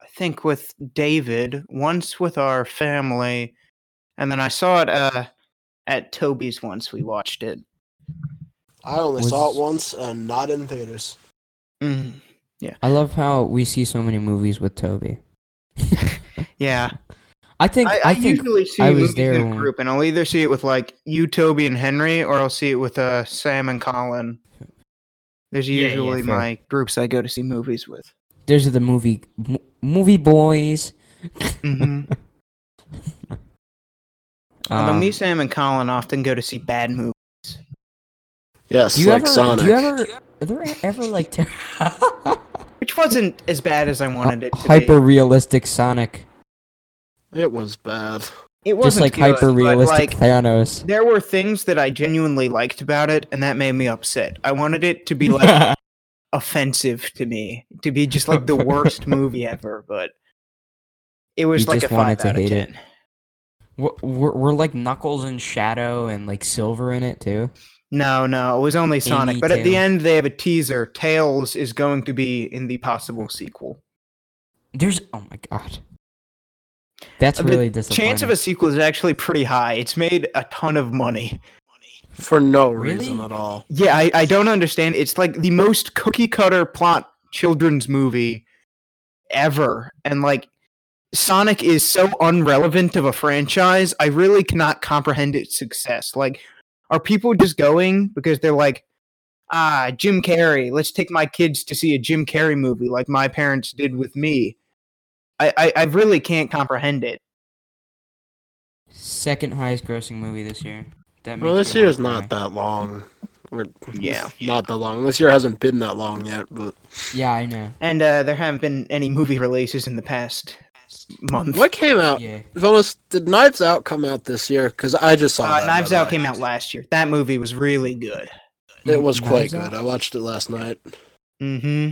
Speaker 2: I think with David, once with our family, and then I saw it uh, at Toby's once. We watched it.
Speaker 3: I only
Speaker 1: Was-
Speaker 3: saw it once and not in theaters.
Speaker 2: Mm,
Speaker 1: I love how we see so many movies with Toby.
Speaker 2: yeah,
Speaker 1: I think
Speaker 2: I,
Speaker 1: I,
Speaker 2: I,
Speaker 1: think
Speaker 2: usually see
Speaker 1: I was
Speaker 2: movies
Speaker 1: there
Speaker 2: in a
Speaker 1: when-
Speaker 2: group, and I'll either see it with like you, Toby, and Henry, or I'll see it with uh, Sam and Colin. There's
Speaker 1: Yeah, yeah,
Speaker 2: usually
Speaker 1: fair.
Speaker 2: my groups I go to see movies with.
Speaker 1: there's the movie m- movie boys.
Speaker 2: hmm Although me,
Speaker 1: Um,
Speaker 2: Sam, and Colin often go to see bad movies.
Speaker 3: Yes,
Speaker 1: Do you ever? Do you ever? Are there ever like ter-
Speaker 2: Which wasn't as bad as I wanted it to
Speaker 1: hyper realistic Sonic?
Speaker 3: It was bad.
Speaker 2: be. It
Speaker 1: Just
Speaker 2: wasn't
Speaker 1: like
Speaker 2: good,
Speaker 1: hyper realistic
Speaker 2: but, like,
Speaker 1: Thanos.
Speaker 2: there were things that I genuinely liked about it, and that made me upset. I wanted it to be like offensive to me, to be just like the worst movie ever. But it was
Speaker 1: You
Speaker 2: like
Speaker 1: just
Speaker 2: a
Speaker 1: wanted
Speaker 2: five
Speaker 1: to
Speaker 2: out of
Speaker 1: hate it.
Speaker 2: ten.
Speaker 1: we're, we're, we're like Knuckles and Shadow and like Silver in it too.
Speaker 2: No, no, it was only Sonic. but at the
Speaker 1: Tails.
Speaker 2: end, they have a teaser. Tails is going to be in the possible sequel.
Speaker 1: There's oh my god. That's
Speaker 2: Uh, the
Speaker 1: really
Speaker 2: The
Speaker 1: disappointing.
Speaker 2: chance of a sequel is actually pretty high. It's made a ton of money.
Speaker 3: For no
Speaker 1: Really?
Speaker 3: reason at all.
Speaker 2: Yeah, I, I don't understand. It's like the most cookie cutter plot children's movie ever. And like Sonic is so unrelevant of a franchise, I really cannot comprehend its success. Like, are people just going because they're like, ah, Jim Carrey, let's take my kids to see a Jim Carrey movie like my parents did with me? I, I, I really can't comprehend it.
Speaker 1: second highest grossing movie this year. That
Speaker 3: Well,
Speaker 1: makes
Speaker 3: this
Speaker 1: me wanna
Speaker 3: year's
Speaker 1: cry.
Speaker 3: not that long. Or
Speaker 2: Yeah.
Speaker 3: not that long. This year hasn't been that long yet, but
Speaker 1: Yeah, I know.
Speaker 2: And uh, there haven't been any movie releases in the past month.
Speaker 3: what came out?
Speaker 1: Yeah.
Speaker 3: Villas, did Knives Out come out this year? Because I just saw
Speaker 2: Uh,
Speaker 3: that,
Speaker 2: Knives
Speaker 3: by the
Speaker 2: Out
Speaker 3: way.
Speaker 2: came out last year. That movie was really good.
Speaker 3: It was quite
Speaker 1: Knives Out?
Speaker 3: good. Uh, I watched it last night.
Speaker 2: Mm-hmm.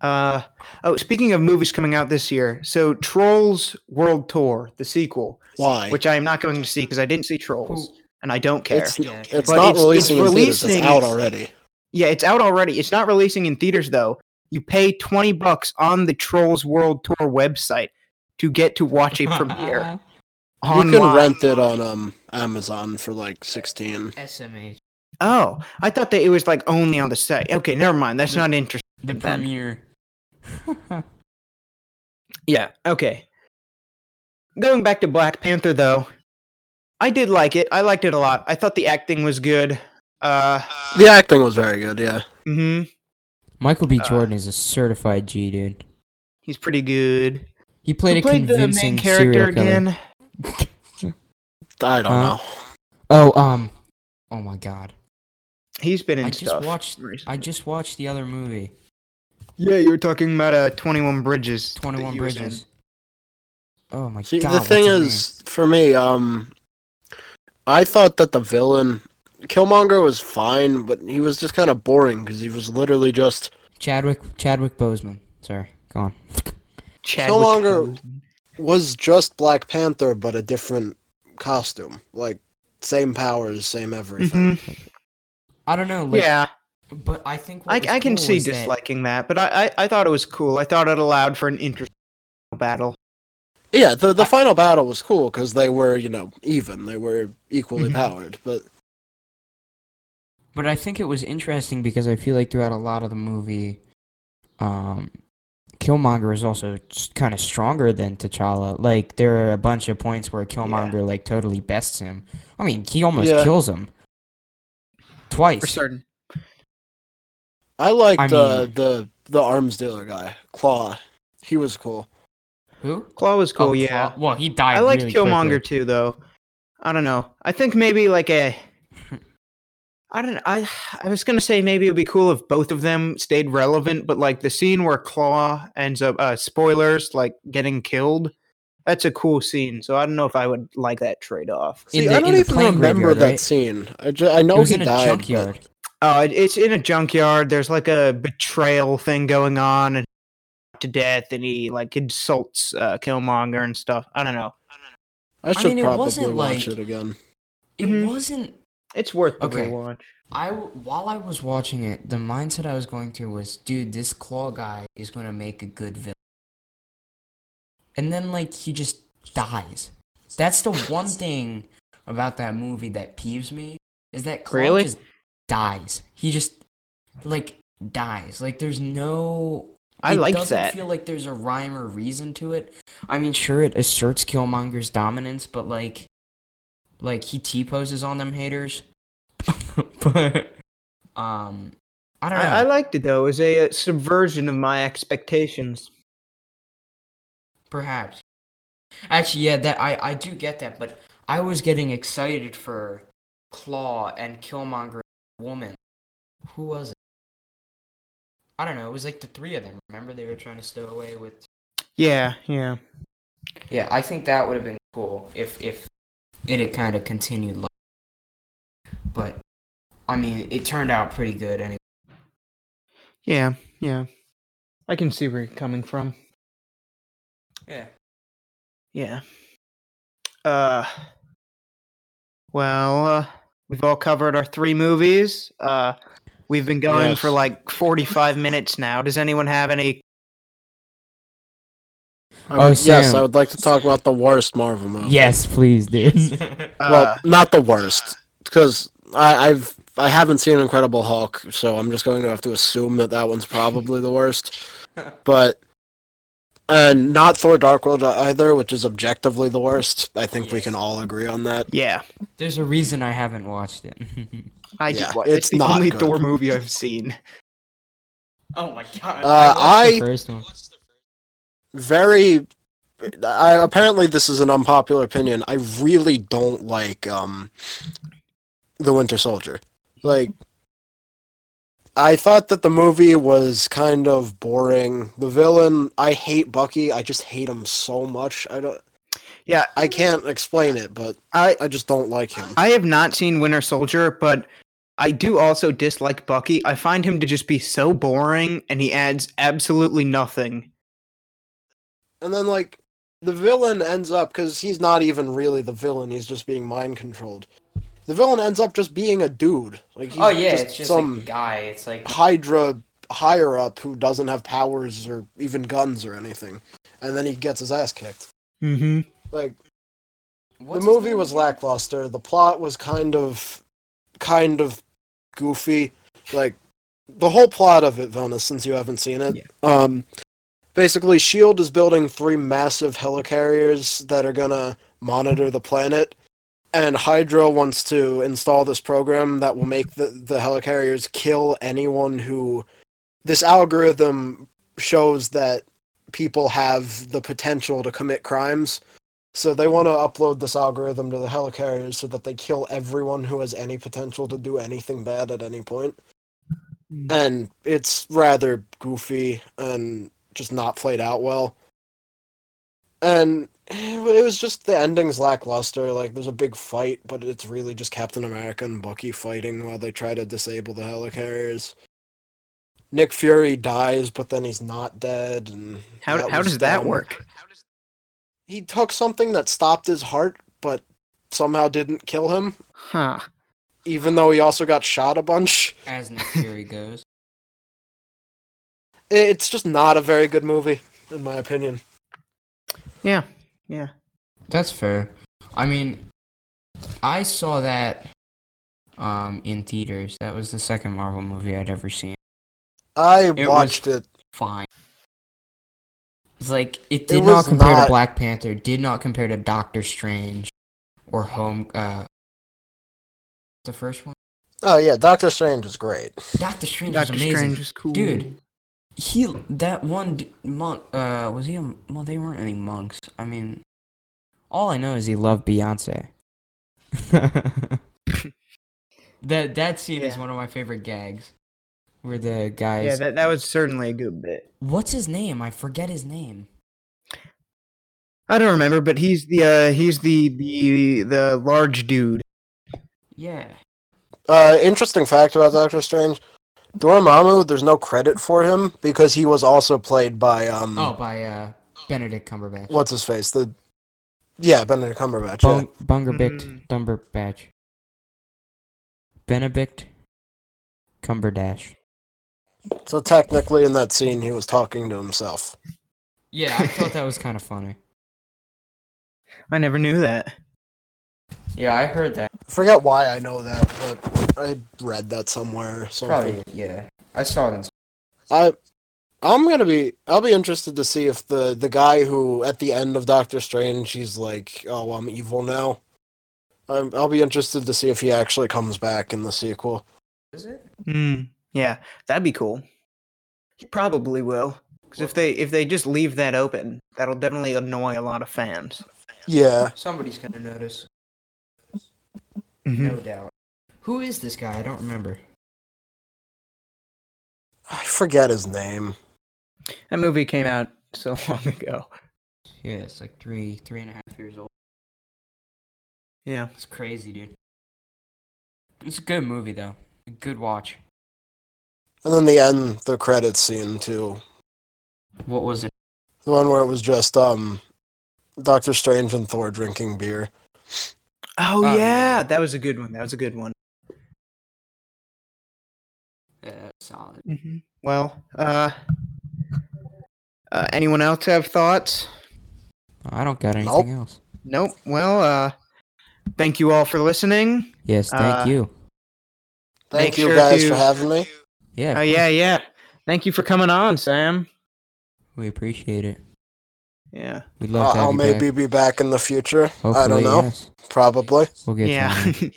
Speaker 2: Uh, oh, speaking of movies coming out this year, so Trolls World Tour, the sequel,
Speaker 3: Why?
Speaker 2: which I am not going to see because I didn't see Trolls and I don't care.
Speaker 3: it's
Speaker 1: Yeah,
Speaker 3: it's
Speaker 2: but
Speaker 3: not
Speaker 2: it's-
Speaker 3: releasing.
Speaker 2: it's
Speaker 3: in theaters.
Speaker 2: releasing-
Speaker 3: It's out already.
Speaker 2: Yeah, it's out already. It's not releasing in theaters though. You pay twenty bucks on the Trolls World Tour website to get to watch a premiere
Speaker 3: You
Speaker 2: online.
Speaker 3: can rent it on um Amazon for like sixteen.
Speaker 1: SMH.
Speaker 2: Oh, I thought that it was like only on the site. Okay, never mind. That's not interesting.
Speaker 1: The
Speaker 2: Then.
Speaker 1: premiere.
Speaker 2: Yeah. Okay. Going back to Black Panther though, I did like it. I liked it a lot. I thought the acting was good. Uh,
Speaker 3: The acting was very good. Yeah,
Speaker 2: hmm
Speaker 1: Michael B.
Speaker 2: Uh,
Speaker 1: Jordan is a certified G, dude.
Speaker 2: he's pretty good.
Speaker 1: He played
Speaker 2: Who
Speaker 1: a convincing serial killer.
Speaker 3: I don't
Speaker 1: Huh?
Speaker 3: know.
Speaker 1: Oh, um, oh my God!
Speaker 2: He's been in
Speaker 1: I just
Speaker 2: stuff.
Speaker 1: watched-
Speaker 2: recently.
Speaker 1: I just watched the other movie,
Speaker 2: Yeah, you were talking about uh, 21 Bridges. that
Speaker 1: Twenty One
Speaker 2: you was in.
Speaker 1: Bridges. Oh my
Speaker 3: See,
Speaker 1: God!
Speaker 3: the
Speaker 1: what's
Speaker 3: thing
Speaker 1: his name?
Speaker 3: is, for me, um, I thought that the villain Killmonger was fine, but he was just kind of boring because he was literally just
Speaker 1: Chadwick Chadwick Boseman. Sorry, go on.
Speaker 2: Chadwick
Speaker 3: longer-
Speaker 2: Boseman.
Speaker 3: was just Black Panther, but a different costume, like same powers, same everything.
Speaker 1: Mm-hmm.
Speaker 2: Mhm.
Speaker 1: I don't know. Like,
Speaker 2: Yeah,
Speaker 1: but I think what
Speaker 2: I,
Speaker 1: was
Speaker 2: I can
Speaker 1: cool
Speaker 2: see
Speaker 1: was that-
Speaker 2: disliking that, but I, I, I thought it was cool. I thought it allowed for an interesting battle.
Speaker 3: Yeah, the the final battle was cool because they were you know even, they were equally
Speaker 1: Mm-hmm.
Speaker 2: Mhm.
Speaker 3: powered, but
Speaker 1: But I think it was interesting because I feel like throughout a lot of the movie, um, Killmonger is also kind of stronger than T'Challa. Like there are a bunch of points where Killmonger like totally bests him. I mean, he almost
Speaker 3: Yeah.
Speaker 1: kills him
Speaker 2: For
Speaker 1: twice.
Speaker 2: certain.
Speaker 3: I liked
Speaker 1: I
Speaker 3: uh,
Speaker 1: mean-
Speaker 3: the the arms dealer guy, Claw. He was cool.
Speaker 1: Who?
Speaker 2: Claw was cool,
Speaker 1: Oh,
Speaker 2: yeah.
Speaker 1: Claw- Well, he died.
Speaker 2: I liked
Speaker 1: really
Speaker 2: Killmonger
Speaker 1: quickly.
Speaker 2: too, though. I don't know. I think maybe like a. I don't. I I was gonna say maybe it'd be cool if both of them stayed relevant, but like the scene where Claw ends up uh, spoilers like getting killed. That's a cool scene. So I don't know if I would like that trade off.
Speaker 1: In
Speaker 3: See,
Speaker 1: the-
Speaker 3: I
Speaker 1: in
Speaker 3: don't
Speaker 1: the
Speaker 3: even
Speaker 1: plane
Speaker 3: remember
Speaker 1: graveyard,
Speaker 3: that
Speaker 1: right?
Speaker 3: scene. I, ju- I know
Speaker 1: He was
Speaker 3: he
Speaker 1: in a
Speaker 3: died. but-
Speaker 1: junkyard.
Speaker 2: Oh, it, it's in a junkyard. There's like a betrayal thing going on, and to death, and he like insults uh, Killmonger and stuff. I don't know.
Speaker 3: I should
Speaker 1: mean, it
Speaker 3: probably
Speaker 1: wasn't
Speaker 3: watch
Speaker 1: like-
Speaker 3: it again.
Speaker 1: It
Speaker 2: Mhm.
Speaker 1: wasn't
Speaker 2: It's worth the
Speaker 1: Okay.
Speaker 2: rewatch.
Speaker 1: I w- while I was watching it, the mindset I was going through was, dude, this claw guy is gonna make a good villain. And then like he just dies. That's the one thing about that movie that peeves me is that claw
Speaker 2: Really?
Speaker 1: just dies. He just like dies. Like there's no.
Speaker 2: I
Speaker 1: it
Speaker 2: liked
Speaker 1: doesn't
Speaker 2: that.
Speaker 1: Feel like there's a rhyme or reason to it. I mean, sure, it asserts Killmonger's dominance, but like, like he t poses on them haters. but um, I don't know.
Speaker 2: I, I liked it though. It was a, uh subversion of my expectations.
Speaker 1: perhaps. Actually, yeah, that I I do get that, but I was getting excited for Claw and Killmonger and Woman. Who was it? I don't know. It was like the three of them. Remember, they were trying to stow away with
Speaker 2: Yeah, yeah.
Speaker 1: Yeah, I think that would have been cool if if it had kind of continued. Like, but I mean, it turned out pretty good. Anyway,
Speaker 2: Yeah, yeah. I can see where you're coming from.
Speaker 1: yeah.
Speaker 2: Yeah. Uh well, uh, we've all covered our three movies. Uh we've been going for
Speaker 3: Yes.
Speaker 2: like 45 minutes now. Does anyone have any
Speaker 3: I
Speaker 1: Oh,
Speaker 3: would- yes,
Speaker 1: Sam.
Speaker 3: I would like to talk about the worst Marvel movie.
Speaker 1: Yes, please, dude.
Speaker 2: uh,
Speaker 3: well, not the worst, because I've I haven't seen Incredible Hulk, so I'm just going to have to assume that that one's probably the worst. But and not Thor: Dark World either, which is objectively the worst. I think we can all agree on that.
Speaker 2: yeah.
Speaker 1: There's a reason I haven't watched it.
Speaker 2: I
Speaker 3: Yeah,
Speaker 2: did watch. It's,
Speaker 3: it's
Speaker 2: the
Speaker 3: not
Speaker 2: only
Speaker 3: good.
Speaker 2: Thor movie I've seen.
Speaker 1: oh my god!
Speaker 3: Uh,
Speaker 1: watched the
Speaker 3: I-
Speaker 1: first one.
Speaker 3: very I, apparently this is an unpopular opinion i really don't like um the winter soldier like I thought that the movie was kind of boring. The villain, I hate Bucky. I just hate him so much. I don't.
Speaker 2: Yeah.
Speaker 3: I can't explain it, but I I just don't like him.
Speaker 2: I have not seen Winter Soldier, but I do also dislike Bucky. I find him to just be so boring, and he adds absolutely nothing.
Speaker 3: And then like the villain ends up because he's not even really the villain. He's just being mind controlled. The villain ends up just being a dude. Like he's
Speaker 4: oh yeah,
Speaker 3: just
Speaker 4: it's just
Speaker 3: some
Speaker 4: like a guy. It's like
Speaker 3: Hydra higher up who doesn't have powers or even guns or anything, and then he gets his ass kicked.
Speaker 2: Mm-hmm.
Speaker 3: Like
Speaker 4: what's his
Speaker 3: the movie
Speaker 4: name?
Speaker 3: was lackluster. The plot was kind of, kind of goofy. Like the whole plot of it, Vona, since you haven't seen it.
Speaker 1: Yeah.
Speaker 3: Um, basically, Shield E is building three massive helicarriers that are gonna monitor the planet, and Hydra wants to install this program that will make the the helicarriers kill anyone who. This algorithm shows that people have the potential to commit crimes. So they want to upload this algorithm to the helicarriers so that they kill everyone who has any potential to do anything bad at any point.
Speaker 2: Mm.
Speaker 3: And it's rather goofy and just not played out well. And it was just the ending's lackluster. Like there's a big fight, but it's really just Captain America and Bucky fighting while they try to disable the helicarriers. Nick Fury dies, but then he's not dead. And
Speaker 2: How
Speaker 3: that
Speaker 2: how
Speaker 3: was
Speaker 2: does that
Speaker 3: dumb
Speaker 2: work?
Speaker 3: he took something that stopped his heart but somehow didn't kill him
Speaker 2: Huh.
Speaker 3: even though he also got shot a bunch
Speaker 4: as Nick Fury goes.
Speaker 3: I- it's just not a very good movie in my opinion
Speaker 2: Yeah. Yeah.
Speaker 4: That's fair. I mean, I saw that um in theaters. That was the second Marvel movie I'd ever seen.
Speaker 3: i
Speaker 4: was-
Speaker 3: watched it
Speaker 4: Fine. It's like it did
Speaker 3: was
Speaker 4: not compare
Speaker 3: not-
Speaker 4: to Black Panther. Did not compare to Doctor Strange or Home. Uh, the first one.
Speaker 3: oh yeah doctor strange is great
Speaker 4: Doctor Strange
Speaker 2: Doctor
Speaker 4: was amazing.
Speaker 2: Strange is cool,
Speaker 4: Dude, he that one d- monk. Uh, was he a? Well, they weren't any monks. I mean, all I know is he loved Beyonce. that that scene is
Speaker 2: Yeah.
Speaker 4: one of my favorite gags, where the guys.
Speaker 2: Yeah, that that was certainly a good bit.
Speaker 4: What's his name? I forget his name.
Speaker 2: I don't remember, but he's the uh, he's the the the large dude.
Speaker 4: Yeah.
Speaker 3: uh interesting fact about doctor strange Dormammu, there's no credit for him because he was also played by um
Speaker 4: Oh, by uh Benedict Cumberbatch.
Speaker 3: what's his face the yeah Benedict Cumberbatch yeah.
Speaker 4: Um,
Speaker 1: Bung- Bungerbicht
Speaker 2: Mm.
Speaker 1: Dumberbatch. Benedict Cumberdash.
Speaker 3: so technically in that scene he was talking to himself
Speaker 4: Yeah, I thought that was kind of funny.
Speaker 2: I never knew that.
Speaker 4: Yeah, I heard that.
Speaker 3: I forget why I know that but I read that somewhere so
Speaker 4: yeah. I saw it in
Speaker 3: I I'm gonna be I'll be interested to see if the the guy who at the end of Doctor Strange he's like oh I'm evil now. I'm, I'll be interested to see if he actually comes back in the sequel.
Speaker 4: Is it? Hmm.
Speaker 2: Mm, yeah, that'd be cool. He probably will, because if they if they just leave that open, that'll definitely annoy a lot of fans.
Speaker 3: Yeah,
Speaker 4: Somebody's gonna notice.
Speaker 2: Mhm.
Speaker 1: Mm-hmm.
Speaker 4: No doubt. Who is this guy? I don't remember.
Speaker 3: I forget his name.
Speaker 2: That movie came out so long ago.
Speaker 4: Yeah, it's like three, three and a half years old.
Speaker 2: Yeah.
Speaker 4: It's crazy, dude. It's a good movie though. A good watch.
Speaker 3: And then the end, the credits scene too,
Speaker 4: What was it?
Speaker 3: the one where it was just um, Doctor Strange and Thor drinking beer.
Speaker 4: Oh,
Speaker 2: Oh, yeah.
Speaker 4: yeah.
Speaker 2: that was a good one. That was a good one.
Speaker 4: Uh, solid.
Speaker 2: Mm-hmm. Well, uh, uh, anyone else have thouts?
Speaker 1: I don't got
Speaker 3: Nope.
Speaker 1: anything else.
Speaker 2: Nope. Well, uh, thank you all for listening.
Speaker 1: Yes, thank
Speaker 2: Uh,
Speaker 1: you.
Speaker 3: Thank
Speaker 2: Make
Speaker 3: you
Speaker 2: sure
Speaker 3: guys for
Speaker 2: to-
Speaker 3: having me.
Speaker 1: Yeah,
Speaker 4: uh,
Speaker 2: Oh yeah, yeah. Thank you for coming on, Sam.
Speaker 1: we appreciate it.
Speaker 2: Yeah.
Speaker 1: We'd
Speaker 3: Uh,
Speaker 1: love to have
Speaker 3: I'll
Speaker 1: you
Speaker 3: maybe
Speaker 1: back.
Speaker 3: be back in the future. I
Speaker 1: Hopefully,
Speaker 3: don't know.
Speaker 1: yes.
Speaker 3: Probably.
Speaker 1: We'll get you.
Speaker 2: Yeah.
Speaker 1: on.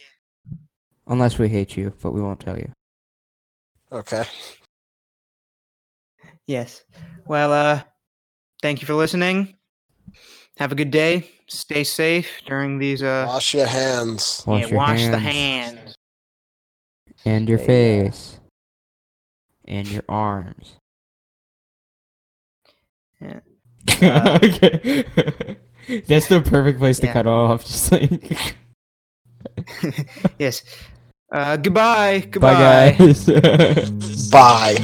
Speaker 1: Unless we hate you, but we won't tell you.
Speaker 3: Okay.
Speaker 2: yes. Well, uh, thank you for listening. Have a good day. Stay safe during these. Uh,
Speaker 3: Wash your hands.
Speaker 1: Wash
Speaker 2: yeah,
Speaker 1: your
Speaker 2: wash the
Speaker 1: hands
Speaker 2: hands.
Speaker 1: and your
Speaker 4: Yeah.
Speaker 1: face.
Speaker 4: and your arms.
Speaker 2: Yeah. Uh,
Speaker 1: okay. That's the perfect place to
Speaker 2: Yeah.
Speaker 1: cut off. Just like
Speaker 2: yes. Uh, goodbye. Goodbye.
Speaker 1: bye guys.
Speaker 3: Bye.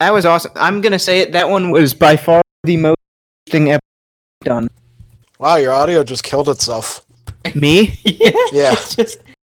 Speaker 2: That was awesome. I'm gonna say it. That one was by far the most interesting episode done.
Speaker 3: Wow, your audio just killed itself.
Speaker 2: Me?
Speaker 1: yeah.
Speaker 3: Yeah.
Speaker 1: It's just